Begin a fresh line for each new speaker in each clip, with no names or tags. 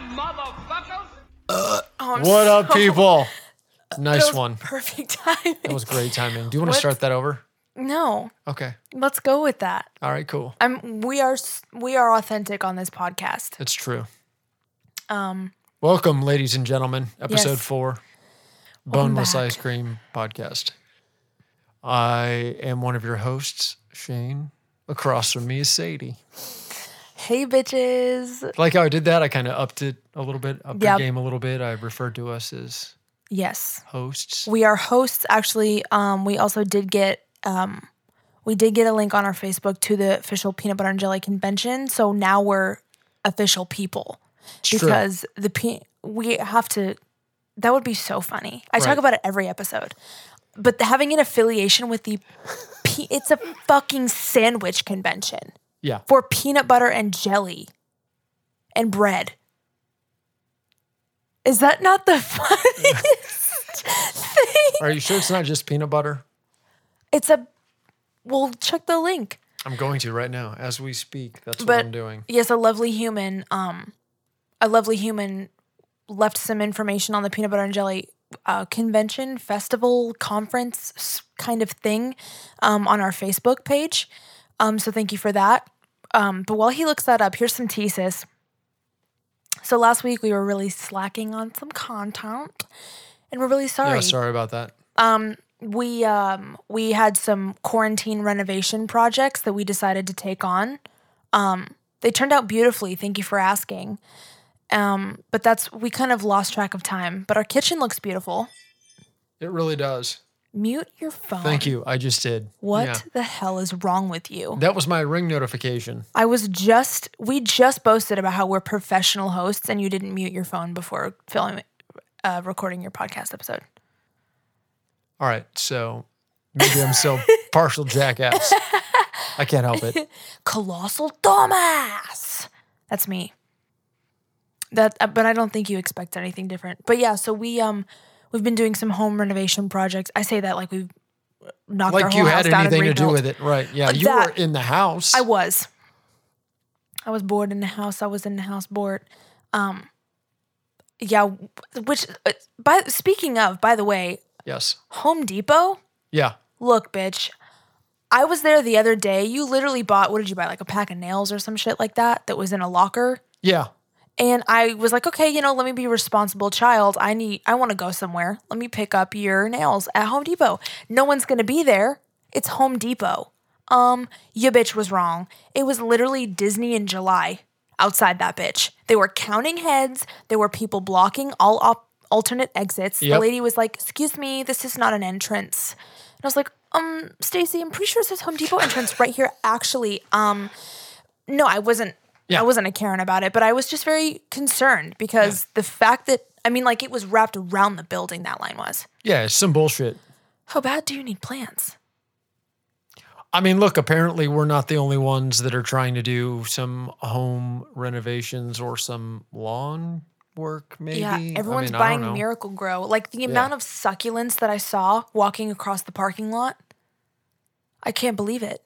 motherfuckers.
Oh, I'm
What up,
so-
people?
That
Nice
was
one.
Perfect timing.
That was great timing. Do you want to
What?
start that over?
no.
Okay.
Let's go with that.
All right. Cool.
I'm. We are. s- We are authentic on this podcast.
It's true.
Um.
Welcome, ladies and gentlemen. Episode
Yes.
four,
Welcome
Boneless
back.
Ice Cream Podcast. I am one of your hosts, Shane. Across from me is Sadie.
Hey, bitches.
Like how I did that, I kind of upped it a little bit, upped
Yeah.
the game a little bit. I referred to us as
Yes,
hosts.
we are hosts. Actually, um, we also did get um, we did get a link on our Facebook to the official peanut butter and jelly convention. So now we're official people
It's true.
because the pe- we have to. That would be so funny. I
Right.
talk about it every episode, but the- having an affiliation with the pe- it's a fucking sandwich convention
Yeah.
for peanut butter and jelly and bread. Is that not the funniest thing?
Are you sure it's not just peanut butter?
It's a. We'll check the link.
I'm going to right now as we speak. That's what
But-
I'm doing.
Yes, a lovely human. Um, a lovely human left some information on the peanut butter and jelly uh, convention, festival, conference s- kind of thing, um, on our Facebook page. Um, so thank you for that. Um, but while he looks that up, here's some thesis. So last week we were really slacking on some content, and we're really sorry.
Yeah. Sorry about that.
Um, we um we had some quarantine renovation projects that we decided to take on. Um, they turned out beautifully. Thank you for asking. Um, but that's we kind of lost track of time. But our kitchen looks beautiful.
It really does.
Mute your phone.
Thank you. I just did.
What
Yeah.
the hell is wrong with you?
That was my ring notification.
I was just we just boasted about how we're professional hosts, and you didn't mute your phone before filming, uh, recording your podcast episode.
All right. So maybe I'm so partial jackass. I can't help it.
colossal dumbass. That's me. That, uh, but I don't think you expect anything different. But yeah, so we um, we've been doing some home renovation projects. I say that like we've knocked our
Like
whole
you
house
had
down
anything
and
to do
rebuilt.
with it. Right. Yeah.
Uh,
You were
that-
in the house.
I was. I was bored in the house. I was in the house bored. Um, yeah. w- Which, uh, by speaking of, by the way,
yes.
Home Depot.
Yeah.
Look, bitch, I was there the other day. You literally bought, what did you buy? Like a pack of nails or some shit like that that was in a locker.
Yeah.
And I was like, okay, you know, let me be a responsible child. I need, I want to go somewhere. Let me pick up your nails at Home Depot. No one's going to be there. It's Home Depot. Um, your bitch was wrong. It was literally Disney in July outside that bitch. They were counting heads. There were people blocking all op- alternate exits. The
Yep.
lady was like, excuse me, this is not an entrance. And I was like, um, Stacy, I'm pretty sure it says Home Depot entrance right here. Actually, um, no, I wasn't.
Yeah.
I wasn't a Karen about it, but I was just very concerned because the fact that I mean, like it was wrapped around the building. That line was.
Yeah. It's some bullshit.
How bad do you need plants?
I mean, look, apparently we're not the only ones that are trying to do some home renovations or some lawn work, maybe.
Yeah,
I
everyone's
mean, I don't
buying
know.
Miracle Grow. Like the amount of succulents that I saw walking across the parking lot, I can't believe it.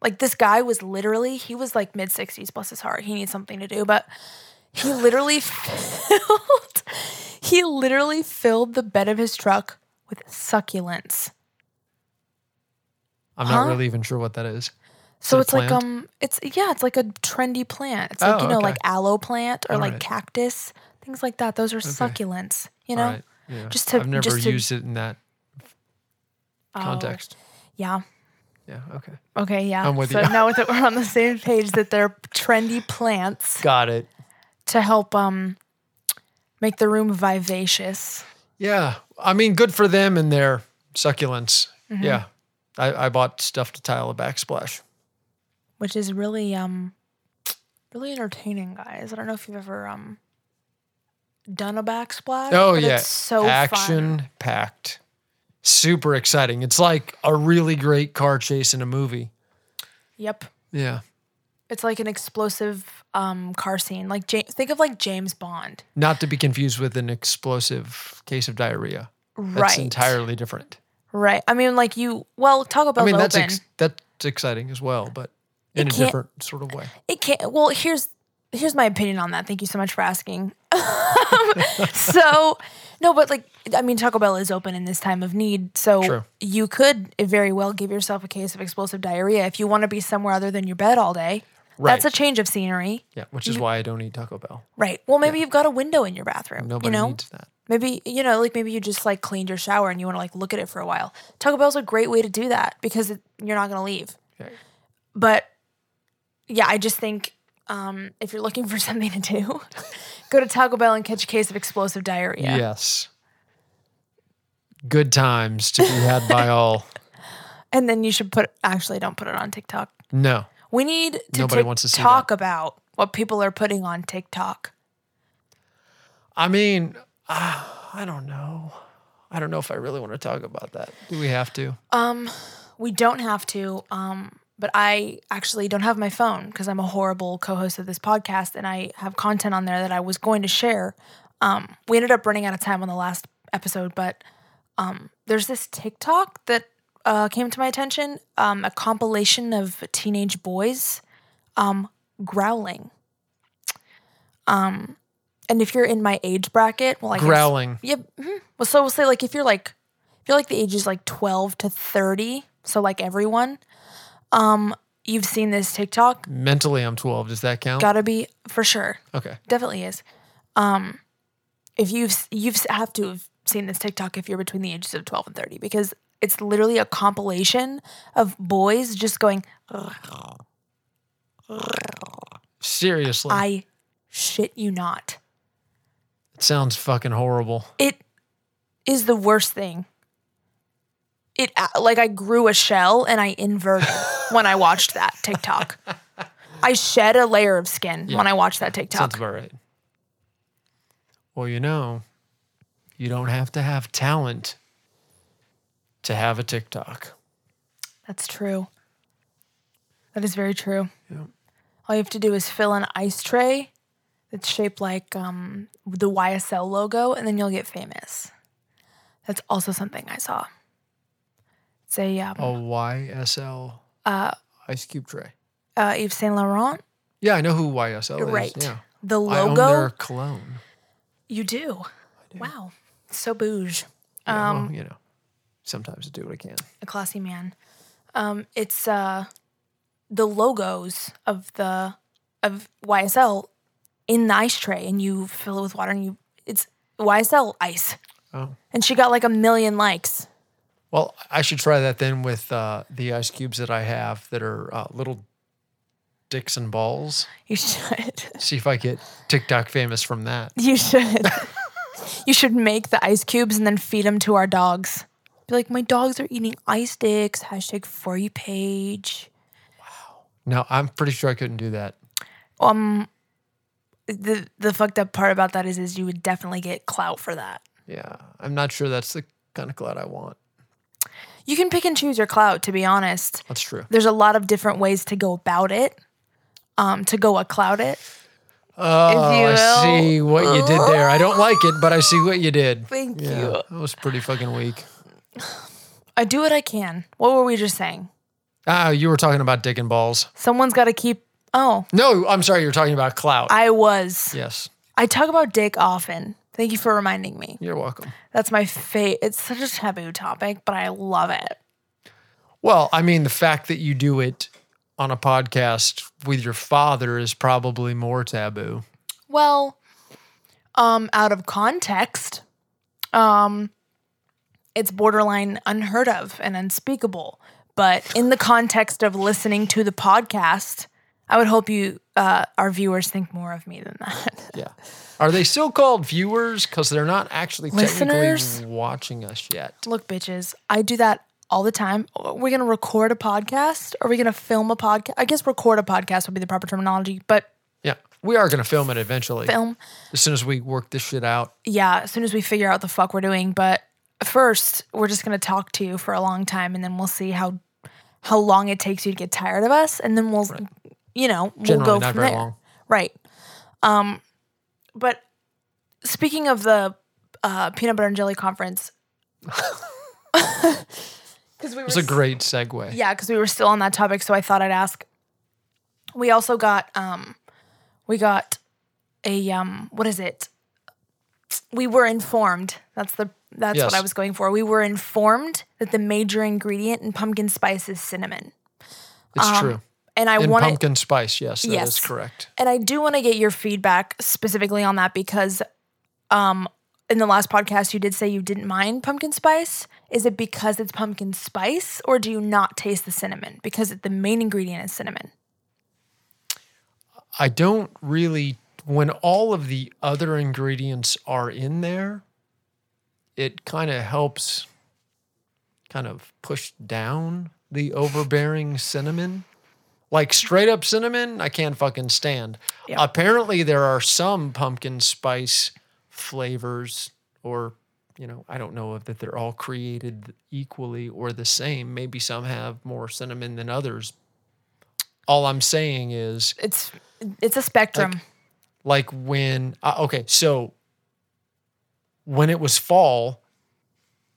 Like this guy was literally, he was like mid 60s, bless his heart. He needs something to do, but he literally filled, he literally filled the bed of his truck with succulents.
I'm not
Huh?
really even sure what that is.
So
it a
it's like
plant?
um, it's yeah, it's like a trendy plant. It's like
Oh,
you know,
okay.
like aloe plant or
All
like
right.
cactus, things like that. Those are succulents, you know.
All right. Yeah.
just to-
I've never
just to-
used it in that
Oh,
context.
yeah.
Yeah. Okay.
Okay. Yeah.
I'm with
so
you.
now that we're on the same page, that they're trendy plants
Got it.
to help um make the room vivacious.
Yeah. I mean, good for them and their succulents.
Mm-hmm.
Yeah. I, I bought stuff to tile a backsplash.
which is really um really entertaining, guys. I don't know if you've ever um done a backsplash.
Oh,
but
yeah.
it's so fun.
Action packed. Super exciting. It's like a really great car chase in a movie.
Yep,
Yeah.
it's like an explosive um car scene. Like ja- think of like James Bond,
Not to be confused with an explosive case of diarrhea.
right?
That's entirely different.
right. I mean, like you. Well, Taco Bell's
I mean, that's
open.
ex- that's exciting as well, but
It
in a
can't-
different sort of way.
it can't. Well, here's here's my opinion on that. Thank you so much for asking. Um, so, no, but like, I mean, Taco Bell is open in this time of need. So,
True.
you could very well give yourself a case of explosive diarrhea if you want to be somewhere other than your bed all day. That's a
Right.
change of scenery.
Yeah, which is why I don't eat Taco Bell.
Right. Well, maybe you've got a window in your bathroom.
Nobody
you know?
needs that.
Maybe you know, like maybe you just like cleaned your shower and you want to like look at it for a while. Taco Bell's a great way to do that because it, you're not going to leave.
Yeah.
But yeah, I just think um, if you're looking for something to do, go to Taco Bell and catch a case of explosive diarrhea.
Yes. Good times to be had by all.
And then you should put actually don't put it on TikTok.
No.
We need to
Nobody
tick-
wants to see
talk about what people are putting on TikTok.
I mean, ah, I don't know. I don't know if I really want to talk about that. Do we have to?
Um, we don't have to. Um, but I actually don't have my phone because I'm a horrible co-host of this podcast, and I have content on there that I was going to share. Um, we ended up running out of time on the last episode, but um, there's this TikTok that uh, came to my attention. Um, a compilation of teenage boys um, growling. Um, and if you're in my age bracket, well, I guess-
Growling.
Yep. mhm. Well, so we'll say like if you're like if you're like the ages like twelve to thirty, so like everyone, um, you've seen this TikTok.
Mentally, I'm 12. Does that count?
Gotta be for sure.
Okay.
Definitely is. Um, if you've you've have to have seen this TikTok if you're between the ages of twelve and thirty because it's literally a compilation of boys just going.
Seriously.
I shit you not.
it sounds fucking horrible.
it is the worst thing. It uh, like I grew a shell and I inverted when I watched that TikTok. I shed a layer of skin when I watched that
Sounds
TikTok.
about right. Well, you know, you don't have to have talent to have a TikTok.
That's true. That is very true. All you have to do is fill an ice tray that's shaped like um, the YSL logo, and then you'll get famous. That's also something I saw. It's a um,
A YSL ice cube tray.
uh, Yves Saint Laurent,
Yeah, I know who YSL is.
right?
Yeah.
The
I own
logo.
their cologne.
You do. Wow. So bouge. Um,
Yeah, well, you know, sometimes I do what I can.
A classy man. Um, it's uh, the logos of the of YSL in the ice tray, and you fill it with water, and you it's YSL ice.
Oh.
And she got like a million likes.
Well, I should try that then with uh, the ice cubes that I have that are uh, little dicks and balls.
You should.
See if I get TikTok famous from that.
You should. you should make the ice cubes and then feed them to our dogs. Be like, my dogs are eating ice dicks. Hashtag for you page.
No, I'm pretty sure I couldn't do that.
Um, the the fucked up part about that is, is you would definitely get clout for that.
Yeah, I'm not sure that's the kind of clout I want.
You can pick and choose your clout. To be honest,
That's true.
there's a lot of different ways to go about it. Um, to go a clout it,
Oh, I
will.
see what you did there. I don't like it, but I see what you did.
Thank
yeah,
you.
That was pretty fucking weak.
I do what I can. What were we just saying?
Ah, you were talking about dick and balls.
Someone's got to keep. Oh,
No, I'm sorry, you were talking about clout.
I was.
yes,
I talk about dick often. Thank you for reminding me.
you're welcome.
That's my fate. It's such a taboo topic, but I love it.
Well, I mean, the fact that you do it on a podcast with your father is probably more taboo.
Well, um, out of context, um, it's borderline unheard of and unspeakable. But in the context of listening to the podcast, I would hope you, uh, our viewers, think more of me than that.
Yeah. Are they still called viewers? Because they're not actually
Listeners?
technically watching us yet.
Look, bitches, I do that all the time. We're gonna record a podcast. Are we gonna film a podcast? I guess record a podcast would be the proper terminology, but
Yeah. We are going to film it eventually.
film.
As soon as we work this shit out.
yeah, as soon as we figure out the fuck we're doing. But first, we're just gonna talk to you for a long time, and then we'll see how how long it takes you to get tired of us, and then we'll, you know, we'll
Generally,
go
not
from
very
there.
long.
Right. Um, but speaking of the uh, peanut butter and jelly conference, because we were
It's a great segue.
yeah, because we were still on that topic, so I thought I'd ask. We also got um, we got a um what is it? We were informed. That's the that's
Yes.
what I was going for. We were informed that the major ingredient in pumpkin spice is cinnamon.
It's true.
And Um, I
And
want to
pumpkin spice. Yes, that is
Yes.
correct.
and I do want to get your feedback specifically on that because um in the last podcast you did say you didn't mind pumpkin spice. Is it because it's pumpkin spice or do you not taste the cinnamon because it, the main ingredient is cinnamon?
I don't really, when all of the other ingredients are in there, it kind of helps kind of push down the overbearing cinnamon. Like straight up cinnamon, I can't fucking stand.
Yeah.
Apparently, there are some pumpkin spice flavors, or, you know, I don't know if that they're all created equally or the same. Maybe some have more cinnamon than others. All I'm saying is
It's it's a spectrum.
like when uh, okay so when it was fall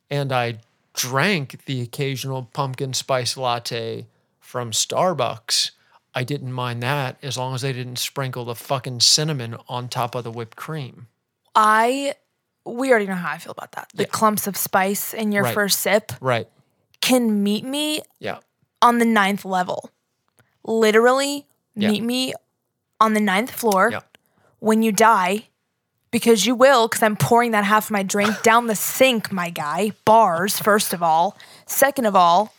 and i drank the occasional pumpkin spice latte from starbucks i didn't mind that as long as they didn't sprinkle the fucking cinnamon on top of the whipped cream
I we already know how I feel about that. The
Yeah.
clumps of spice in your
Right.
first sip
right
can meet me
yeah
on the ninth level. Literally
Yeah.
meet me on the ninth floor
Yeah.
when you die, because you will, because I'm pouring that half of my drink down the sink, my guy. Bars, first of all. Second of all,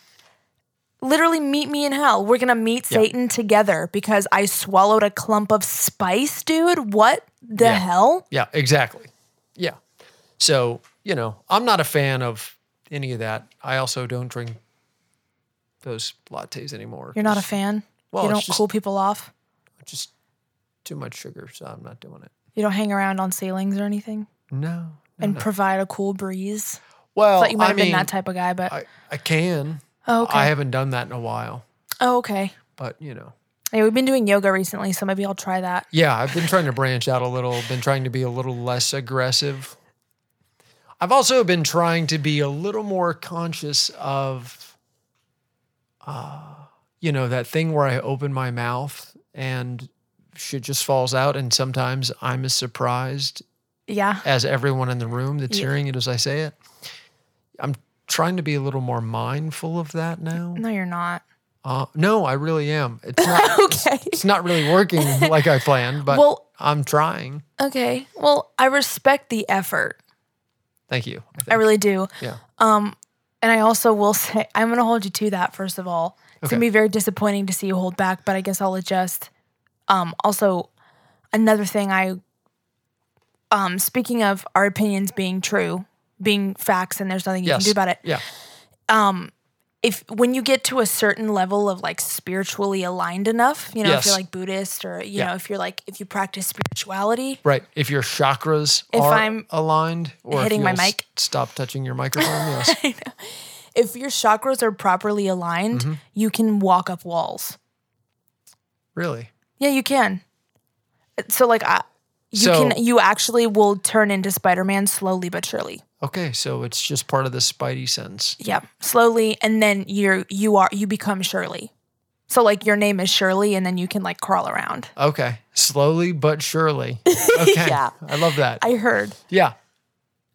literally meet me in hell. We're gonna meet
Yeah.
Satan together because I swallowed a clump of spice, dude. What the
Yeah.
hell?
yeah exactly yeah so you know i'm not a fan of any of that i also don't drink those lattes anymore
You're not a fan?
Well,
you
it's
don't
just-
cool people off?
just too much sugar so i'm not doing it
You don't hang around on ceilings or anything
No.
and provide a cool breeze?
Well,
Thought you might
I
have
mean,
been that type of guy, but
I, I can.
oh, okay.
I haven't done that in a while,
oh, okay.
but you know.
Yeah, we've been doing yoga recently, so maybe I'll try that.
Yeah, I've been trying to branch out a little, been trying to be a little less aggressive. I've also been trying to be a little more conscious of, uh, you know, that thing where I open my mouth and shit just falls out. And sometimes I'm as surprised
Yeah.
as everyone in the room that's
Yeah.
hearing it as I say it. I'm trying to be a little more mindful of that now.
No, you're not.
Uh, no, I really am. It's not.
Okay.
it's not really working like I planned, but
Well-
I'm trying.
Okay. Well, I respect the effort.
Thank you. I think.
I really do.
yeah.
Um, And I also will say, I'm going to hold you to that, first of all. It's going to
Okay.
be very disappointing to see you hold back, but I guess I'll adjust. Um, also, another thing I, um, speaking of our opinions being true, being facts, and there's nothing you
Yes.
can do about it.
Yeah.
if when you get to a certain level of like spiritually aligned enough, you know, if
Yes.
you're like Buddhist or you
Yeah.
know, if you're like if you practice spirituality,
Right. If your chakras
If
are
I'm
aligned, or
hitting
if
my
you'll s-
mic.
stop touching your microphone. Yes.
if your chakras are properly aligned,
Mm-hmm.
you can walk up walls.
really.
Yeah, you can. So like I you
So-
can you actually will turn into Spider-Man slowly but surely.
Okay. So it's just part of the Spidey sense.
Yeah, slowly and then you're you are you become Shirley. So like your name is Shirley and then you can like crawl around.
Okay. Slowly but surely. Okay.
Yeah.
I love that.
I heard.
yeah.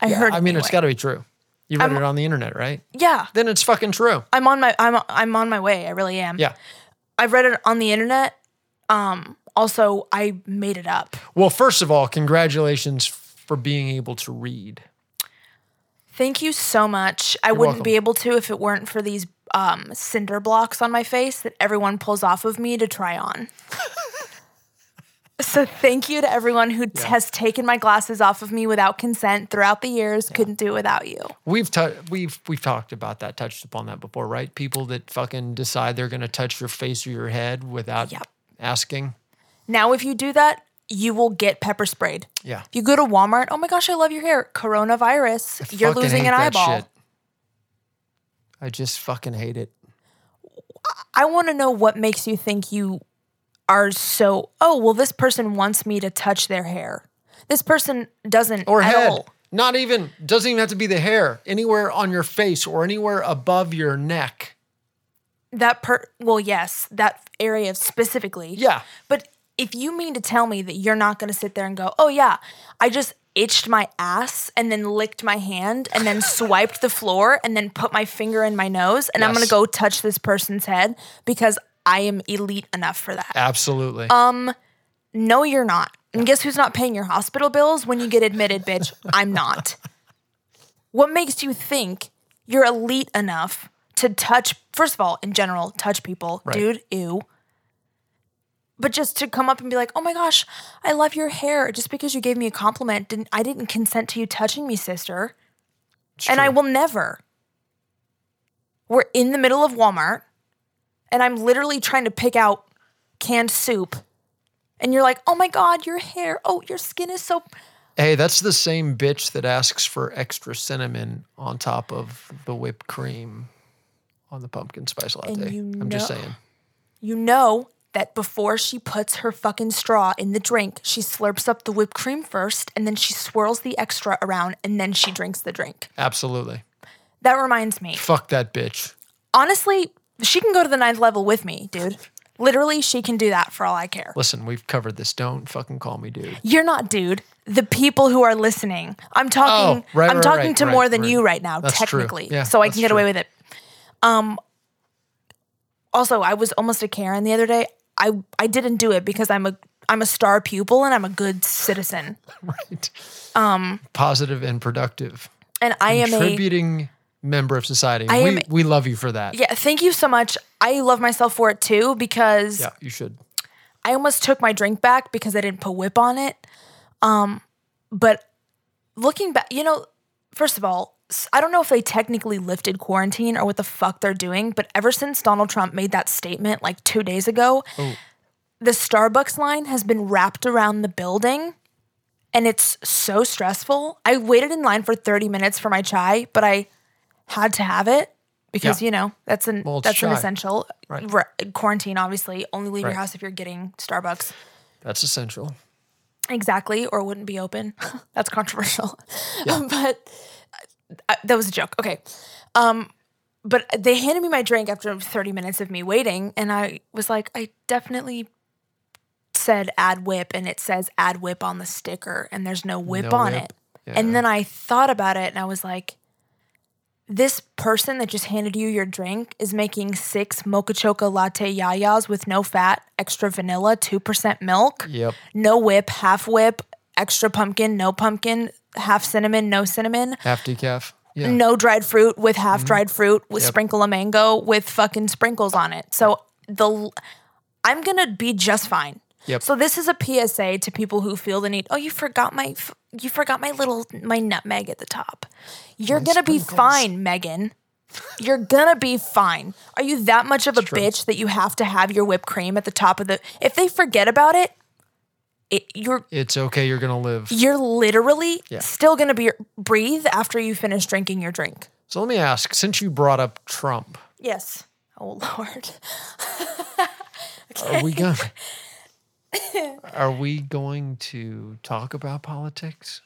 I
Yeah.
heard.
I mean, it's got
anyway.
to be true. You read
I'm-
it on the internet, right?
Yeah.
Then it's fucking true.
I'm on my I'm I'm on my way. I really am.
Yeah.
I read it on the internet. Um, also, I made it up.
Well, first of all, congratulations for being able to read.
Thank you so much. I
You're
wouldn't
welcome.
be able to if it weren't for these um, cinder blocks on my face that everyone pulls off of me to try on. so, thank you to everyone who t- has taken my glasses off of me without consent throughout the years. Couldn't do it without you.
We've tou- we've we've talked about that, touched upon that before, right? People that fucking decide they're gonna touch your face or your head without
Yep.
asking.
Now, if you do that, you will get pepper sprayed.
Yeah,
If you go to Walmart, oh my gosh, I love your hair. Coronavirus, you're
Fucking
losing
hate
an
that
eyeball.
shit. I just fucking hate it.
I want to know what makes you think you are so. Oh, well, this person wants me to touch their hair. This person doesn't
Or
at
head.
all.
Not even doesn't even have to be the hair. Anywhere on your face or anywhere above your neck.
That per. Well, yes, that area specifically.
Yeah.
But if you mean to tell me that you're not going to sit there and go, oh, yeah, I just itched my ass and then licked my hand and then swiped the floor and then put my finger in my nose and I'm going
Yes.
to go touch this person's head because I am elite enough for that.
Absolutely.
Um, No, you're not. And guess who's not paying your hospital bills when you get admitted, bitch? I'm not. What makes you think you're elite enough to touch, first of all, in general, touch people?
Right.
Dude, ew. But just to come up and be like, oh my gosh, I love your hair. Just because you gave me a compliment, didn't I didn't consent to you touching me, sister.
It's
and I
true.
will never. We're in the middle of Walmart, and I'm literally trying to pick out canned soup, and you're like, "Oh my god, your hair! Oh, your skin is so."
Hey, that's the same bitch that asks for extra cinnamon on top of the whipped cream on the pumpkin spice latte.
you
I'm just
know-
saying.
You know that before she puts her fucking straw in the drink, she slurps up the whipped cream first, and then she swirls the extra around, and then she drinks the drink.
Absolutely.
That reminds me.
Fuck that bitch.
Honestly, she can go to the ninth level with me, dude. Literally, she can do that for all I care.
Listen, we've covered this. Don't fucking call me dude.
You're not, dude. The people who are listening. I'm talking.
Oh, right,
I'm
right,
talking
right,
to
right,
more than
right.
you right now,
That's true.
technically.
Yeah,
so I
that's
can get
true.
away with it. Um. Also, I was almost a Karen the other day. I I didn't do it because I'm a I'm a star pupil and I'm a good citizen
Right. Um positive and productive.
and I am a
Contributing member of society.
I
we
am-
we love you for that.
yeah. Thank you so much. I love myself for it too because
Yeah, you should.
I almost took my drink back because I didn't put whip on it. Um, but looking back, you know, first of all, s- I don't know if they technically lifted quarantine or what the fuck they're doing, but ever since Donald Trump made that statement like two days ago,
Oh.
the Starbucks line has been wrapped around the building and it's so stressful. I waited in line for 30 minutes for my chai, but I had to have it because,
Yeah.
you know, that's an
Well, it's
that's an
chai.
essential
Right.
re- quarantine obviously. Only leave
Right.
your house if you're getting Starbucks.
That's essential.
Exactly, or wouldn't be open. That's controversial, but I, that was a joke. Okay, um, but they handed me my drink after thirty minutes of me waiting, and I was like, I definitely said add whip, and it says add whip on the sticker, and there's no whip
No
on
whip.
it.
Yeah.
And then I thought about it, and I was like, this person that just handed you your drink is making six mocha choca latte yayas with no fat, extra vanilla, two percent milk
Yep.
no whip, half whip, extra pumpkin, no pumpkin, half cinnamon, no cinnamon,
Half decaf. Yeah. Mm-hmm.
no dried fruit with half dried fruit with
Yep.
sprinkle a mango with fucking sprinkles on it. So the l- I'm going to be just fine.
Yep.
So this is a PSA to people who feel the need, oh you forgot my f- you forgot my little my nutmeg at the top. You're
My
going to be
sprinkles.
fine, Megan. You're gonna be fine. Are you that much of a
true.
bitch that you have to have your whipped cream at the top of the? If they forget about it, it you're
It's okay, you're gonna live.
you're literally
Yeah.
still going to be breathe after you finish drinking your drink.
So let me ask, since you brought up Trump,
Yes. Oh lord.
Are we going? are we going to talk about politics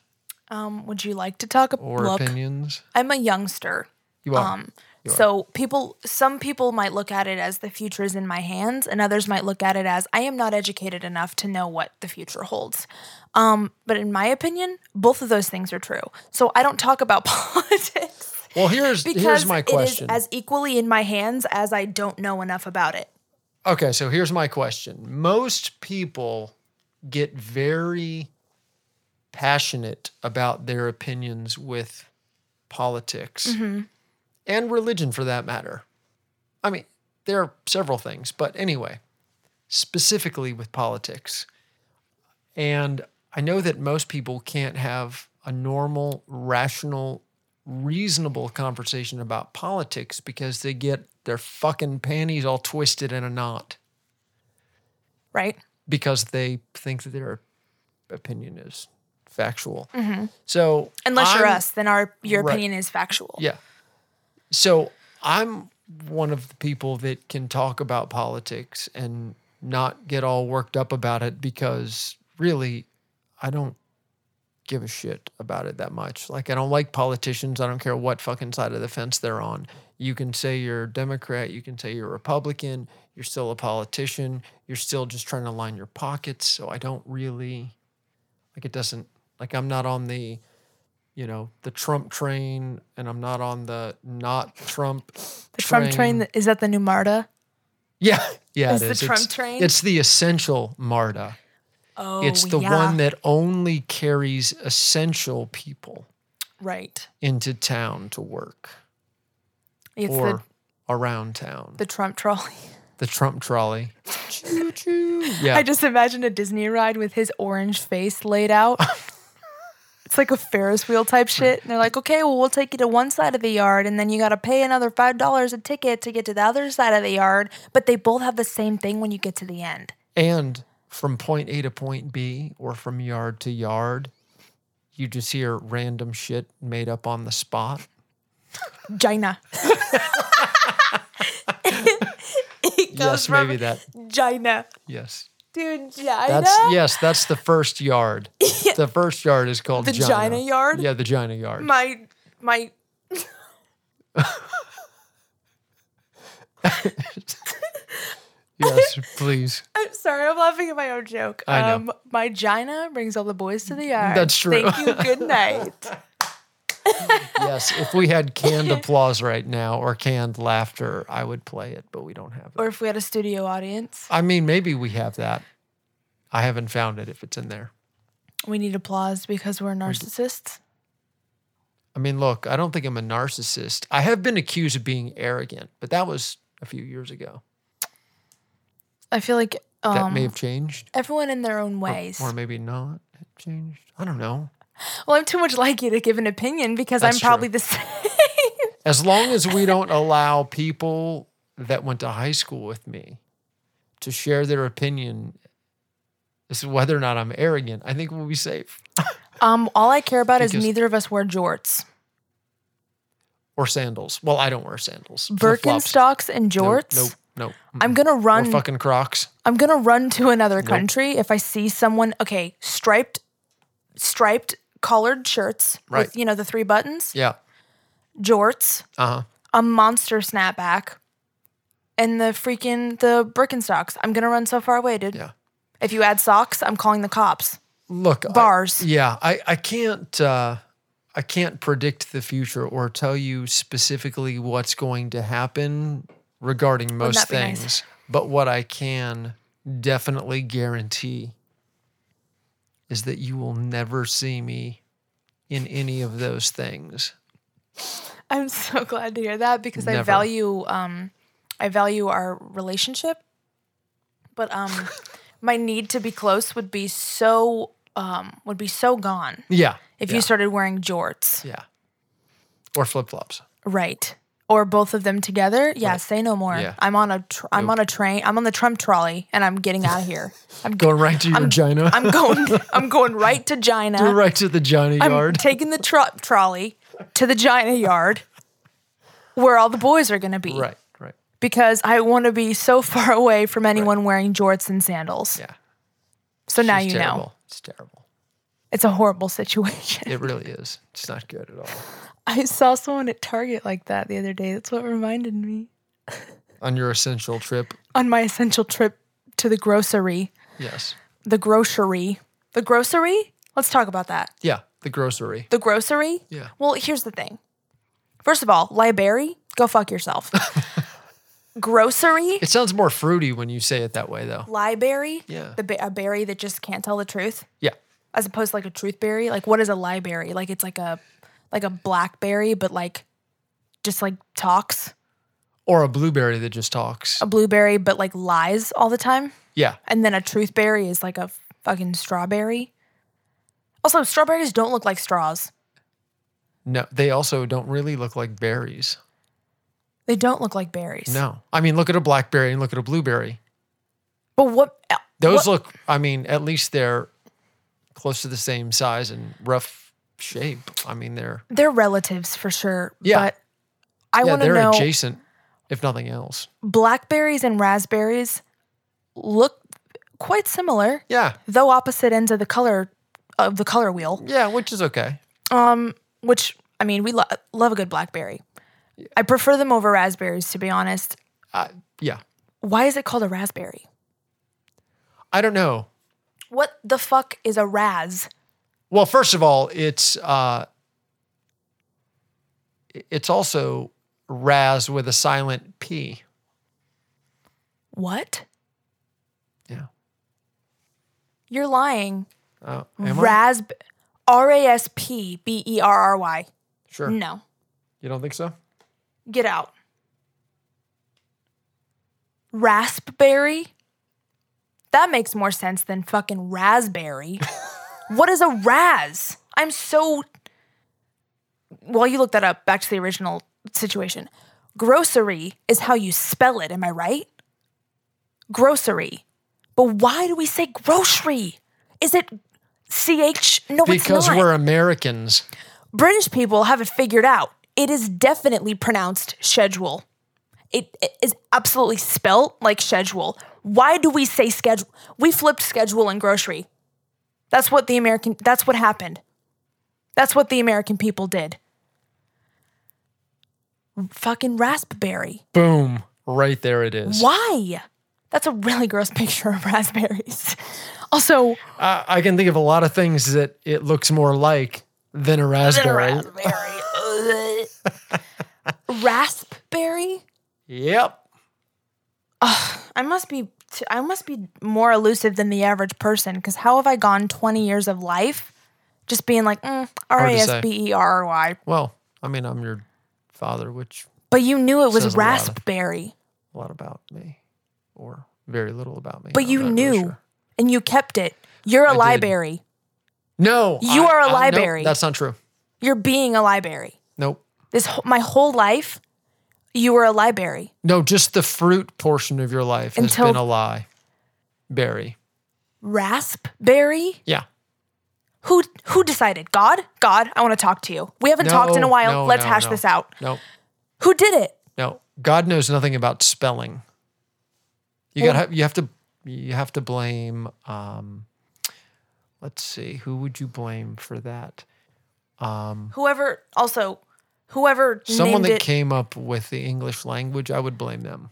Um would you like to talk ab-
or
look,
opinions?
I'm a youngster.
You are.
Um so people some people might look at it as the future is in my hands and others might look at it as I am not educated enough to know what the future holds. Um but in my opinion, both of those things are true. So I don't talk about politics
well, here's
because
here's my
it
question.
is as equally in my hands as I don't know enough about it.
okay, so here's my question. Most people get very passionate about their opinions with politics and religion for that matter. I mean, there are several things, but anyway, specifically with politics. And I know that most people can't have a normal, rational, reasonable conversation about politics because they get their fucking panties all twisted in a knot
Right?
because they think that their opinion is factual. So,
Mm-hmm. Unless you're
I'm-
us, then our your
Right.
opinion is factual.
Yeah. So I'm one of the people that can talk about politics and not get all worked up about it because really I don't give a shit about it that much. Like I don't like politicians. I don't care what fucking side of the fence they're on. You can say you're Democrat, you can say you're Republican, you're still a politician, you're still just trying to line your pockets. So I don't really like it doesn't like I'm not on the you know, the Trump train and I'm not on the not Trump
The Trump train that- is that the new MARTA?
Yeah, yeah,
Is
it
the
is.
Trump
it's,
train?
It's the essential MARTA.
Oh,
it's the
yeah.
one that only carries essential people
right.
into town to work
It's
or around town.
the, the Trump trolley.
The Trump trolley. choo choo. Yeah.
I just imagined a Disney ride with his orange face laid out. it's like a Ferris wheel type shit. And they're like, okay, well, we'll take you to one side of the yard, and then you got to pay another $5 a ticket to get to the other side of the yard. But they both have the same thing when you get to the end.
and from point A to point B or from yard to yard, you just hear random shit made up on the spot.
Gina. it
yes,
goes from
maybe that.
Gina
Yes.
to Gina.
That's yes, that's the first yard. The first yard is called
The
Gina.
Gina yard?
Yeah, the Gina yard.
my my
yes, please.
I'm sorry, I'm laughing at my own joke.
I know.
Um my Gina brings all the boys to the yard.
That's true.
Thank you. Good night.
Yes, if we had canned applause right now or canned laughter, I would play it, but we don't have it.
or if we had a studio audience,
I mean, maybe we have that. I haven't found it if it's in there.
we need applause because we're narcissists.
I mean, look, I don't think I'm a narcissist. I have been accused of being arrogant, but that was a few years ago.
I feel like
That
um,
may have changed,
everyone in their own ways.
or maybe not changed. I don't know.
well, I'm too much like you to give an opinion because
That's
I'm
true.
probably the same.
As long as we don't allow people that went to high school with me to share their opinion as to whether or not I'm arrogant, I think we'll be safe.
um, all I care about is
Because-
neither of us wear jorts.
Or sandals. Well, I don't wear sandals. Flip-flops.
Birkenstocks and
Nope,
jorts.
Nope. Nope.
I'm gonna
Or
run.
fucking Crocs.
I'm gonna run to another country if I see someone. Okay, striped, striped collared shirts
Right.
with you know the three buttons,
Yeah.
jorts,
Uh huh.
a monster snapback, and the freaking the Birkenstocks. I'm gonna run so far away, dude.
Yeah.
If you add socks, I'm calling the cops.
look I-
Bars.
yeah i i can't uh i can't predict the future or tell you specifically what's going to happen regarding most
that be nice?
things but what i can definitely guarantee is that you will never see me in any of those things
I'm so glad to hear that because I
Never.
value um I value our relationship. But um my need to be close would be so um would be so gone
yeah
if
yeah,
you started wearing jorts.
yeah or flip-flops
Right. Or both of them together? Yeah, say no more.
Yeah.
I'm on a tr- I'm on a train. I'm on the Trump trolley and I'm getting out of here. I'm going
going right to your gina
I'm going I'm going right to Gina.
right to the gina
I'm
yard
taking the tro- trolley to the Gina yard where all the boys are going to be.
right right
Because I want to be so far away from anyone wearing jorts and sandals.
yeah
so now you
it's terrible
know.
it's terrible
It's a horrible situation.
it really is it's not good at all
I saw someone at Target like that the other day. That's what reminded me
on your essential trip.
on my essential trip to the grocery.
Yes.
The grocery. The grocery? Let's talk about that.
Yeah. The grocery.
The grocery?
Yeah.
Well, here's the thing. First of all, library, go fuck yourself. grocery?
It sounds more fruity when you say it that way, though.
Lieberry,
Yeah.
the ba- a berry that just can't tell the truth,
Yeah.
as opposed to like a truth berry. Like what is a lieberry? Like it's like a like a blackberry, but like just like talks.
Or a blueberry that just talks.
A blueberry, but like lies all the time.
Yeah.
And then a truth berry is like a fucking strawberry. Also, strawberries don't look like straws.
No, they also don't really look like berries.
They don't look like berries.
No. I mean, look at a blackberry and look at a blueberry.
But what?
Those
what-
look, I mean, at least they're close to the same size and rough shape. I mean, they're,
they're relatives for sure.
Yeah.
But I
yeah,
want to
they're
know.
adjacent, if nothing else.
blackberries and raspberries look quite similar,
Yeah.
though opposite ends of the color of the color wheel.
Yeah, which is okay.
Um, which I mean, we lo- love a good blackberry. I prefer them over raspberries, to be honest.
Uh, yeah.
Why is it called a raspberry?
I don't know.
What the fuck is a raz?
Well, first of all, it's uh, it's also Raz with a silent P.
What?
Yeah.
You're lying.
Oh, am I?
Rasp, R A S P B E R R Y.
Sure.
No,
You don't think so?
get out. Raspberry. That makes more sense than fucking raspberry. what is a raz? I'm so. While you look that up, back to the original situation. Grocery is how you spell it. Am I right? Grocery. But why do we say grocery? Is it C H? No, it's not.
Because we're Americans.
British people have it figured out. It is definitely pronounced schedule. It, it is absolutely spelt like schedule. Why do we say schedule? We flipped schedule and grocery. That's what the American that's what happened. That's what the American people did. Fucking raspberry.
Boom. Right there it is.
Why? That's a really gross picture of raspberries. Also,
I, I can think of a lot of things that it looks more like than a raspberry.
raspberry. Ugh. raspberry?
Yep.
I must be t- I must be more elusive than the average person because how have I gone 20 years of life just being like mm, R A
to say.
S B E R R Y?
Well, I mean, I'm your father, which
But you knew it was
Says a lot.
raspberry,
a lot about me, or very little about me.
but
I'm
you
not really
knew
sure.
and you kept it. You're a
did.
library.
No,
You
I-
are a
I- nope,
library.
that's not true.
You're being a library.
Nope.
This wh- my whole life, you were a library.
No, just the fruit portion of your life has
Until-
been a lie. Berry.
Raspberry.
Yeah.
Who who decided? God? God, I want to talk to you. We haven't talked in a
No,
while.
no,
Let's
no,
hash
no.
this out.
No.
Who did it?
No. God knows nothing about spelling. You got you have to you have to blame um let's see, who would you blame for that?
Whoever also whoever
Someone
named
that
it.
came up with the English language, I would blame them.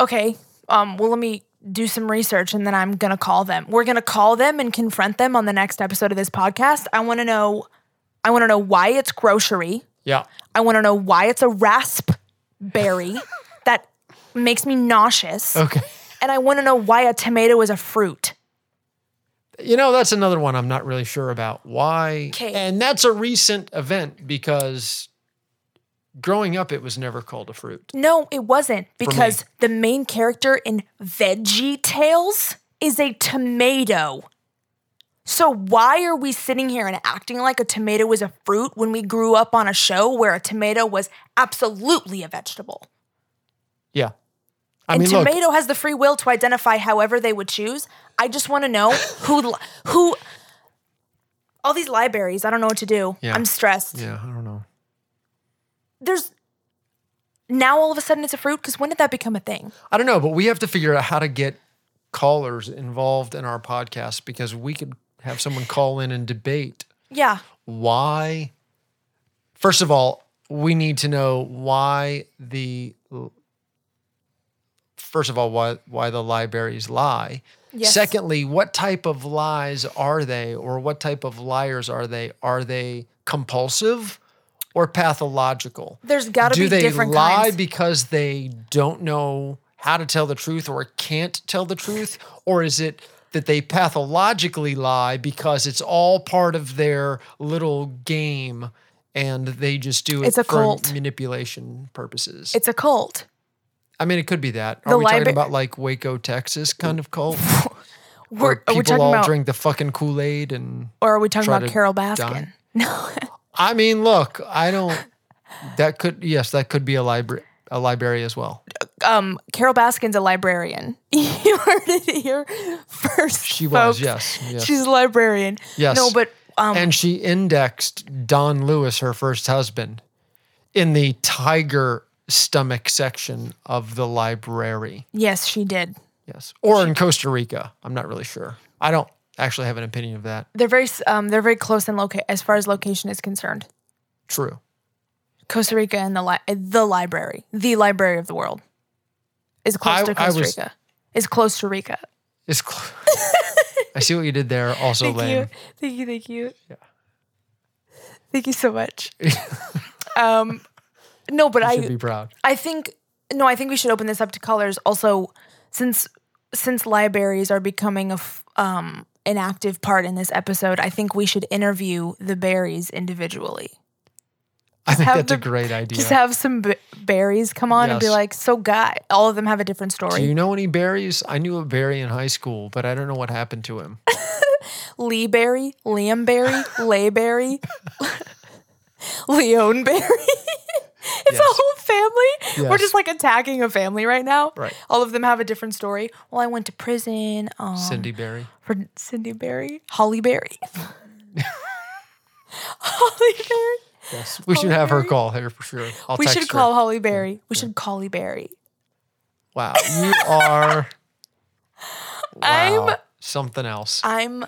okay, um, well, let me do some research and then I'm going to call them. We're going to call them and confront them on the next episode of this podcast. I want to know, I want to know why it's grocery.
Yeah.
I want to know why it's a raspberry that makes me nauseous.
Okay.
And I want to know why a tomato is a fruit.
You know, that's another one I'm not really sure about. Why?
'Kay.
And that's a recent event because growing up it was never called a fruit.
No, it wasn't because the main character in Veggie Tales is a tomato. So why are we sitting here and acting like a tomato is a fruit when we grew up on a show where a tomato was absolutely a vegetable?
Yeah. I
and
mean, look,
tomato has the free will to identify however they would choose. I just want to know who li- who all these libraries, I don't know what to do.
Yeah.
I'm stressed.
Yeah, I don't know.
There's now all of a sudden it's a fruit because when did that become a thing?
I don't know, but we have to figure out how to get callers involved in our podcast because we could have someone call in and debate
Yeah.
why. First of all, we need to know why the first of all why why the libraries lie.
Yes.
Secondly, what type of lies are they or what type of liars are they? Are they compulsive or pathological?
There's got to
do
be
they
different
lie
kinds.
because they don't know how to tell the truth or can't tell the truth or is it that they pathologically lie because it's all part of their little game and they just do it
It's a
for
cult.
manipulation purposes
it's a cult.
i mean it could be that are
The
we
libra-
talking about like waco texas kind of cult
We're,
where
are we
people
talking
all
about,
drink the fucking kool-aid and
or are we talking
try
about
to
Carol
die?
Baskin? No,
i mean look i don't that could yes that could be a library a library as well
um, Carol Baskin's a librarian. you heard it here first.
she was
folks.
yes yes
She's a librarian.
Yes.
No, but um,
and she indexed Don Lewis, her first husband, in the tiger stomach section of the library.
yes, she did.
Yes. Or in Costa Rica. I'm not really sure. I don't actually have an opinion of that.
They're very s- um, they're very close in loca- as far as location is concerned.
True.
Costa Rica and the li- the library, the library of the world, is close
I-
to
I
Costa
was-
Rica. Is close to Rica.
It's cl- I see what you did there. Also
Thank
lame.
you, thank you, thank you. Yeah. Thank you so much. um, no, but
You
I
should be proud.
I think no, I think we should open this up to colors also since since libraries are becoming a f- um an active part in this episode. I think we should interview the berries individually.
I think
have
that's a
the-
great idea.
Just have some b- berries come on and be
Yes.
like, "So guy, all of them have a different
Do
story."
you know any berries? I knew a berry in high school, but I don't know what happened to him.
Oh. Lee Berry, Liam Berry, Lay Berry, Leon Berry. it's a
Yes.
whole family. We're
Yes.
just like attacking a family right now.
Right.
All of them have a different story. Well, I went to prison. Um,
Cindy Berry.
for Cindy Berry, Holly Berry. Holly Berry.
Yes. We should have her
Berry.
call here for sure. I'll
Oh, We
text
should call
her.
Holly Berry. We should call Holly Berry.
Wow. You are
I'm-
wow, something else.
I'm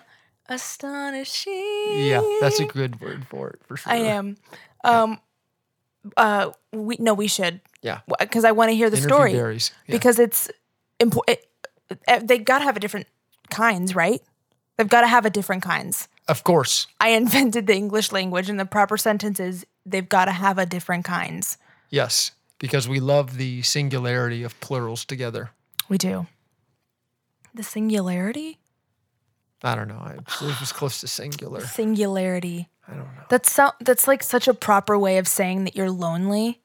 astonishing.
yeah, that's a good word for it for sure.
I am. Um, uh, we no, we should.
Yeah.
because I want to hear the
Interview
story
berries. Yeah.
because it's important. It, eh, they got to have a different kinds, right? They've got to have a different kinds.
of course.
I invented the English language, and the proper sentence is they've got to have a different kinds.
Yes. Because we love the singularity of plurals together.
We do. The singularity?
I don't know. I, it was close to singular.
Singularity.
I don't know.
That's so, that's like such a proper way of saying that you're lonely.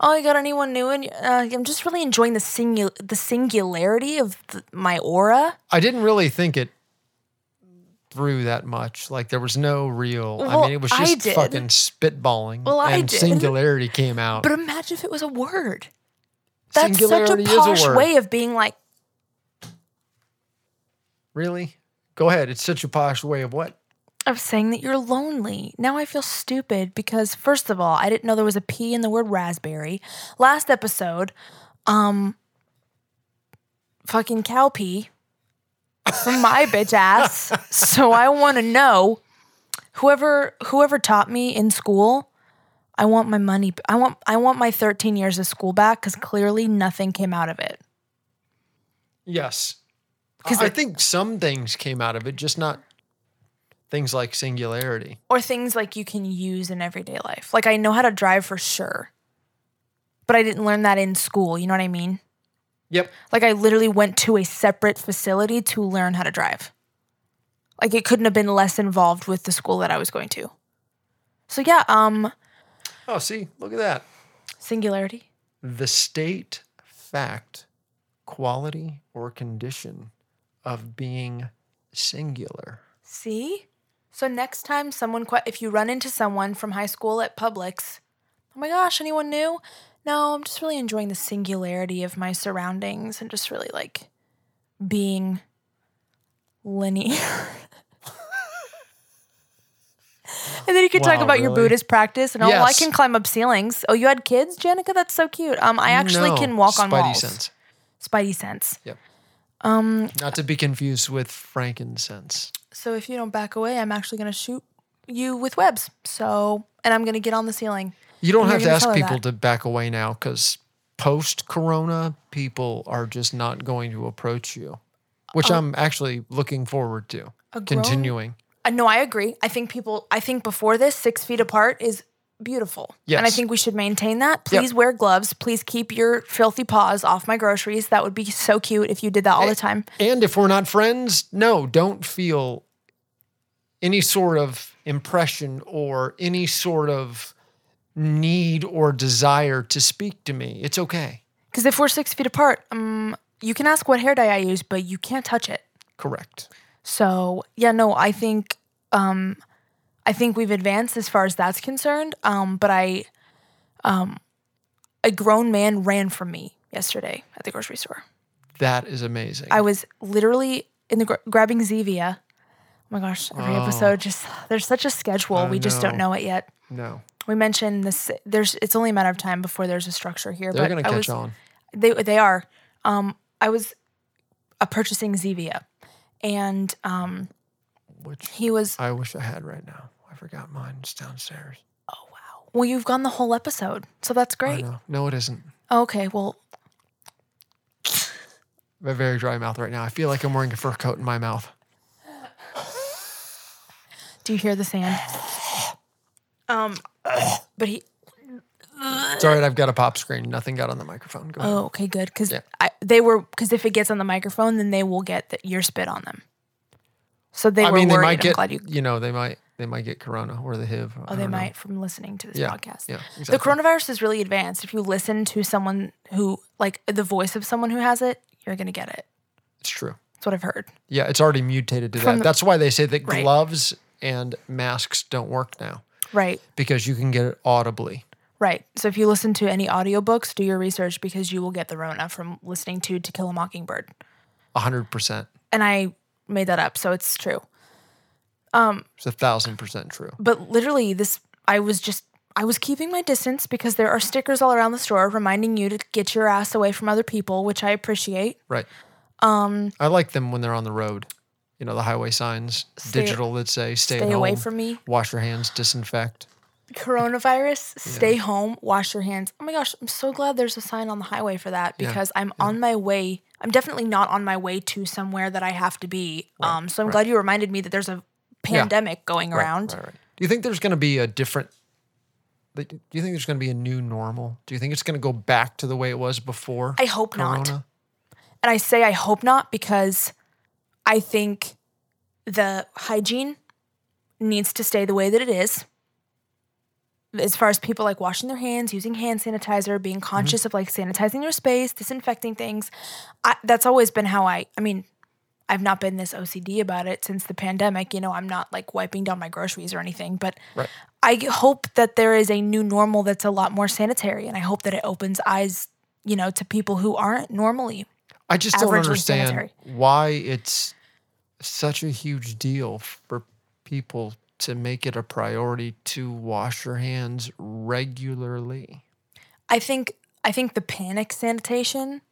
Oh, you got anyone new? And uh, I'm just really enjoying the singu- the singularity of th- my aura.
I didn't really think it through that much. Like there was no real. I
Well,
mean, it was
I
just
did.
fucking spitballing.
Well, I
and
did.
singularity came out.
But imagine if it was a word. That's such a
Singularity is a
posh
word.
way of being like
really? Go ahead. It's such a posh way of what?
of saying that you're lonely. Now I feel stupid because first of all, I didn't know there was a P in the word raspberry. Last episode, um fucking cow pee from my bitch ass. So I wanna know whoever whoever taught me in school, I want my money I want I want my 13 years of school back because clearly nothing came out of it.
Yes.
'Cause
I I
it-
think some things came out of it, just not things like singularity.
or things like you can use in everyday life. Like I know how to drive for sure, but I didn't learn that in school. You know what I mean?
Yep.
Like I literally went to a separate facility to learn how to drive. Like it couldn't have been less involved with the school that I was going to. So yeah, um,
Oh, see, look at that.
singularity.
The state, fact, quality, or condition of being singular.
See? So next time someone, que- if you run into someone from high school at Publix, oh my gosh, anyone new? No, I'm just really enjoying the singularity of my surroundings and just really like being linear. and then you can talk
Wow,
about your
really?
Buddhist practice and oh, well, I
Yes.
can climb up ceilings. Oh, you had kids, Janica? That's so cute. Um, I actually
No,
can walk on
spidey
walls.
sense.
Spidey sense.
Yep.
Um,
Not to be confused with frankincense.
So if you don't back away, I'm actually going to shoot you with webs. So, and I'm going to get on the ceiling.
You don't
And
have to
you're gonna
ask
tell her
people
that.
to back away now because post corona, people are just not going to approach you, which I'm actually looking forward to
Oh. A grown-
continuing.
Uh, no, I agree. I think people, I think before this, six feet apart is beautiful. And I
Yes.
think we should maintain that. Please wear gloves. Please keep your filthy paws off my groceries. That would be so cute if you did that all the time.
And if we're not friends, no, don't feel any sort of impression or any sort of need or desire to speak to me. It's okay.
Because if we're six feet apart, um, you can ask what hair dye I use, but you can't touch it.
Correct.
So yeah, no, I think um, I think we've advanced as far as that's concerned. Um, but I, um, a grown man ran from me yesterday at the grocery store.
That is amazing.
I was literally in the gr- grabbing Zevia. Oh my gosh, every
Oh.
episode just there's such a schedule.
I
we just don't
know.
know it yet.
no,
We mentioned this. There's it's only a matter of time before there's a structure here.
they're
but
going to
I
catch
was,
on.
they they are. Um, I was uh, purchasing Zevia, and um,
which
He was.
I wish I had right now. I forgot mine. It's downstairs.
Oh wow. Well, you've gone the whole episode, so that's
I
great.
know. No, it isn't.
Okay. Well,
I have a very dry mouth right now. I feel like I'm wearing a fur coat in my mouth.
do you hear the sand? Um. But he.
It's all right. I've got a pop screen. Nothing got on the microphone. Go ahead.
Oh, okay, good. Because
Yeah.
I they were because if it gets on the microphone, then they will get the, your spit on them. So they
I
were
mean, they
worried.
might
I'm
get.
glad you.
you know, they might. They might get corona or the HIV. I
Oh, they
don't know.
might from listening to this
Yeah.
podcast.
Yeah.
The
exactly.
coronavirus is really advanced. If you listen to someone who, like, the voice of someone who has it, you're gonna get it.
It's true.
That's what I've heard.
Yeah, it's already mutated to
From
that.
the-
That's why they say that
Right.
gloves and masks don't work now
Right,
because you can get it audibly.
right. So if you listen to any audiobooks, do your research because you will get the Rona from listening to To Kill a Mockingbird.
100%.
And I made that up, so it's true.
It's a thousand percent true.
but literally this i was just i was keeping my distance because there are stickers all around the store reminding you to get your ass away from other people which i appreciate
Right. Um, I like them when they're on the road. You know, the highway signs,
Stay-
digital that say stay, at
stay away
home,
from me.
Wash your hands, disinfect.
coronavirus stay home wash your hands oh my gosh i'm so glad there's a sign on the highway for that because i'm on my way i'm definitely not on my way to somewhere that i have to be um so i'm glad you reminded me that there's a pandemic going around
Right, right. Do you think there's going to be a different like, do you think there's going to be a new normal? Do you think it's going to go back to the way it was before?
I hope not.
Corona?
And I say I hope not because I think the hygiene needs to stay the way that it is. As far as people like washing their hands, using hand sanitizer, being conscious of like sanitizing your space, disinfecting things, I, that's always been how I. I mean, I've not been this OCD about it since the pandemic. You know, I'm not like wiping down my groceries or anything, but
Right.
I hope that there is a new normal that's a lot more sanitary, and I hope that it opens eyes, you know, to people who aren't normally
I just don't
averagely
understand
sanitary.
why it's such a huge deal for people to make it a priority to wash your hands regularly.
I think I think the panic sanitation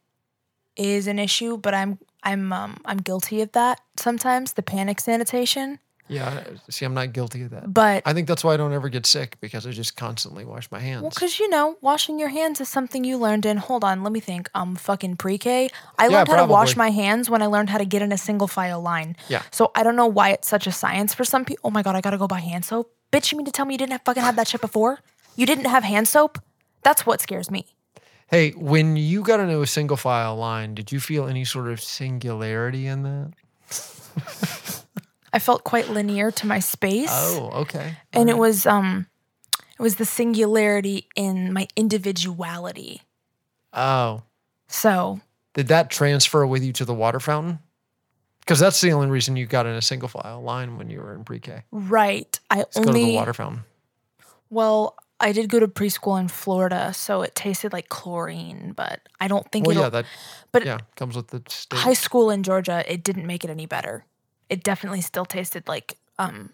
is an issue, but I'm I'm um, I'm guilty of that sometimes. The panic sanitation,
Yeah, I- see, I'm not guilty of that.
but
I think that's why I don't ever get sick because I just constantly wash my hands.
well, because you know, washing your hands is something you learned in. Hold on, let me think. Um, fucking pre-K. I
Yeah,
learned how to wash
probably.
my hands when I learned how to get in a single file line.
Yeah.
So I don't know why it's such a science for some people. Oh my god, I gotta go buy hand soap. Bitch, you mean to tell me you didn't have fucking have that shit before? You didn't have hand soap? That's what scares me.
hey, when you got into a single file line, did you feel any sort of singularity in that?
I felt quite linear to my space.
Oh, okay.
and it was um it was the singularity in my individuality
Oh,
so
did that transfer with you to the water fountain? Because that's the only reason you got in a single file line when you were in pre-K.
right i
Let's go to the
only
water fountain.
well i did go to preschool in florida so it tasted like chlorine but i don't think
Well,
it'll
yeah, that.
but-
yeah, comes with the state.
high school in georgia it didn't make it any better it definitely still tasted like um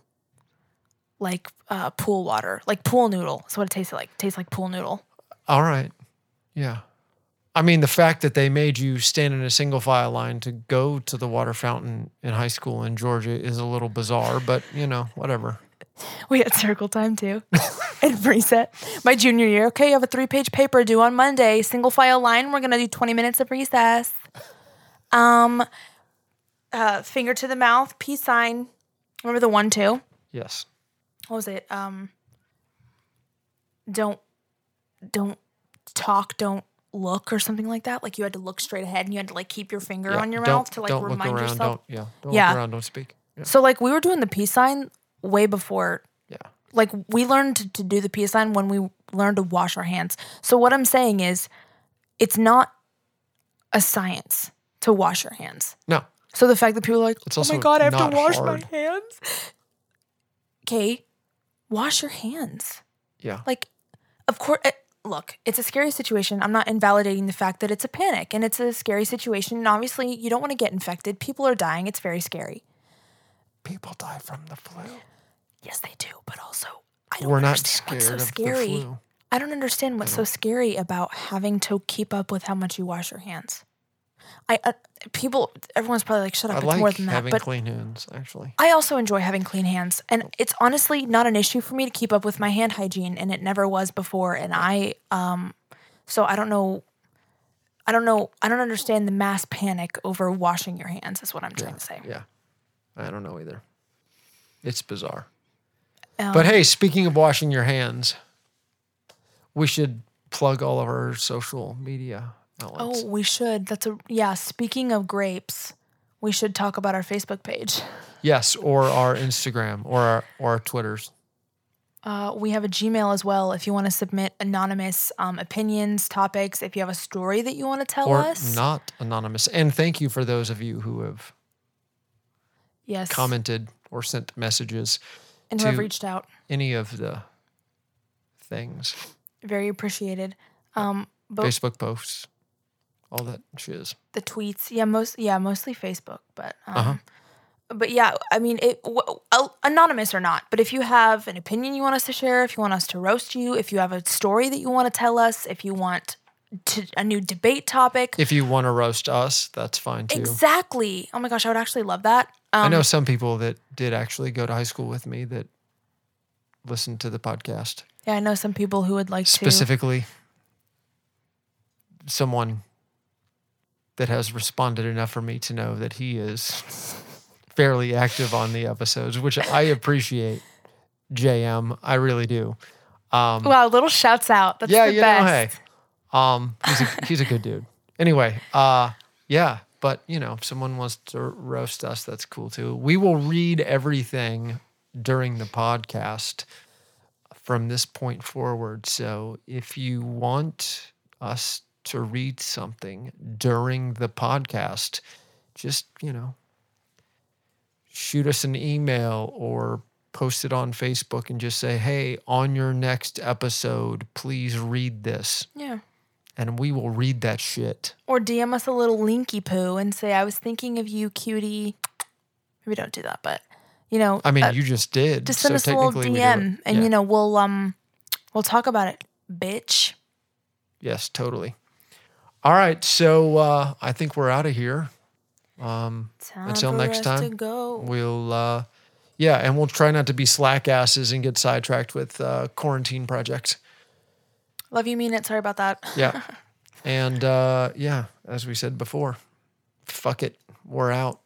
like uh, pool water like pool noodle that's what it tasted like tastes like pool noodle
All right. Yeah. I mean, the fact that they made you stand in a single file line to go to the water fountain in high school in Georgia is a little bizarre, but you know, whatever.
We had circle time too. and reset. My junior year. Okay, you have a three page paper due on Monday. Single file line. We're gonna do twenty minutes of recess. Um uh finger to the mouth, peace sign. Remember the one two?
Yes.
What was it? Um don't don't talk, don't look or something like that. Like you had to look straight ahead and you had to like keep your finger
Yeah.
on your
Don't-
mouth to like
don't
remind
look around,
yourself.
Don't, yeah. Don't
Yeah.
look around. Don't speak. Yeah.
So like we were doing the peace sign way before
yeah.
like we learned to, to do the peace sign when we learned to wash our hands. So what I'm saying is it's not a science to wash your hands.
No.
So the fact that people are like,
It's
"Oh my
also
god, I have
not
to wash
hard.
my hands." Okay, wash your hands.
Yeah.
Like of course look, it's a scary situation. I'm not invalidating the fact that it's a panic and it's a scary situation and obviously you don't want to get infected. People are dying. It's very scary.
People die from the flu.
Yes, they do, but also I don't
We're not
understand
scared
what's so
of
scary.
the flu.
I don't understand what's so scary about having to keep up with how much you wash your hands. I uh, people everyone's probably like shut up.
I
it's
like
more than that,
having
but
clean hands, actually.
I also enjoy having clean hands, and it's honestly not an issue for me to keep up with my hand hygiene, and it never was before. And I, um, so I don't know, I don't know, I don't understand the mass panic over washing your hands. Is what I'm trying to say.
Yeah. I don't know either. It's bizarre.
Um,
But hey, speaking of washing your hands, we should plug all of our social media outlets.
oh, we should. That's a yeah. Speaking of grapes, we should talk about our Facebook page.
Yes, or our Instagram or our or our Twitters.
Uh, we have a Gmail as well. If you want to submit anonymous um, opinions, topics, if you have a story that you want to tell
Or
us,
not anonymous. And thank you for those of you who have
yes,
commented or sent messages.
and who have
to-
reached out.
Any of the things.
very appreciated. Um, but
Facebook posts. All that shiz.
the tweets, yeah, most, yeah, mostly Facebook, but, um,
Uh-huh.
but yeah, I mean, it w- al- anonymous or not, but if you have an opinion you want us to share, if you want us to roast you, if you have a story that you want to tell us, if you want to, a new debate topic,
If you want to roast us, that's fine too.
exactly. Oh my gosh, I would actually love that. Um,
I know some people that did actually go to high school with me that listened to the podcast.
Yeah, I know some people who would like to.
Specifically, someone that has responded enough for me to know that he is fairly active on the episodes, which I appreciate, JM. I really do. Um,
Wow, little shouts out. That's
yeah,
the
you
best.
know, hey, um, he's a, he's a good dude. Anyway, uh, yeah, but you know, if someone wants to roast us, that's cool too. We will read everything during the podcast from this point forward. So if you want us to read something during the podcast, just you know, shoot us an email or post it on Facebook and just say, "Hey, on your next episode, please read this."
Yeah.
and we will read that shit.
Or DM us a little linky poo and say, I was thinking of you, cutie. We don't do that, but you know,
I mean,
uh,
you just did.
just
so
send us a little
technically we do it.
DM and
Yeah.
you know, we'll um we'll talk about it, bitch.
yes, totally. All right, so uh, I think we're out of here. Um,
Time
Until
for
next
us
time,
to go.
we'll, uh, yeah, and we'll try not to be slack asses and get sidetracked with uh, quarantine projects.
Love you, mean it. Sorry about that.
Yeah, and uh, yeah, as we said before, fuck it, we're out.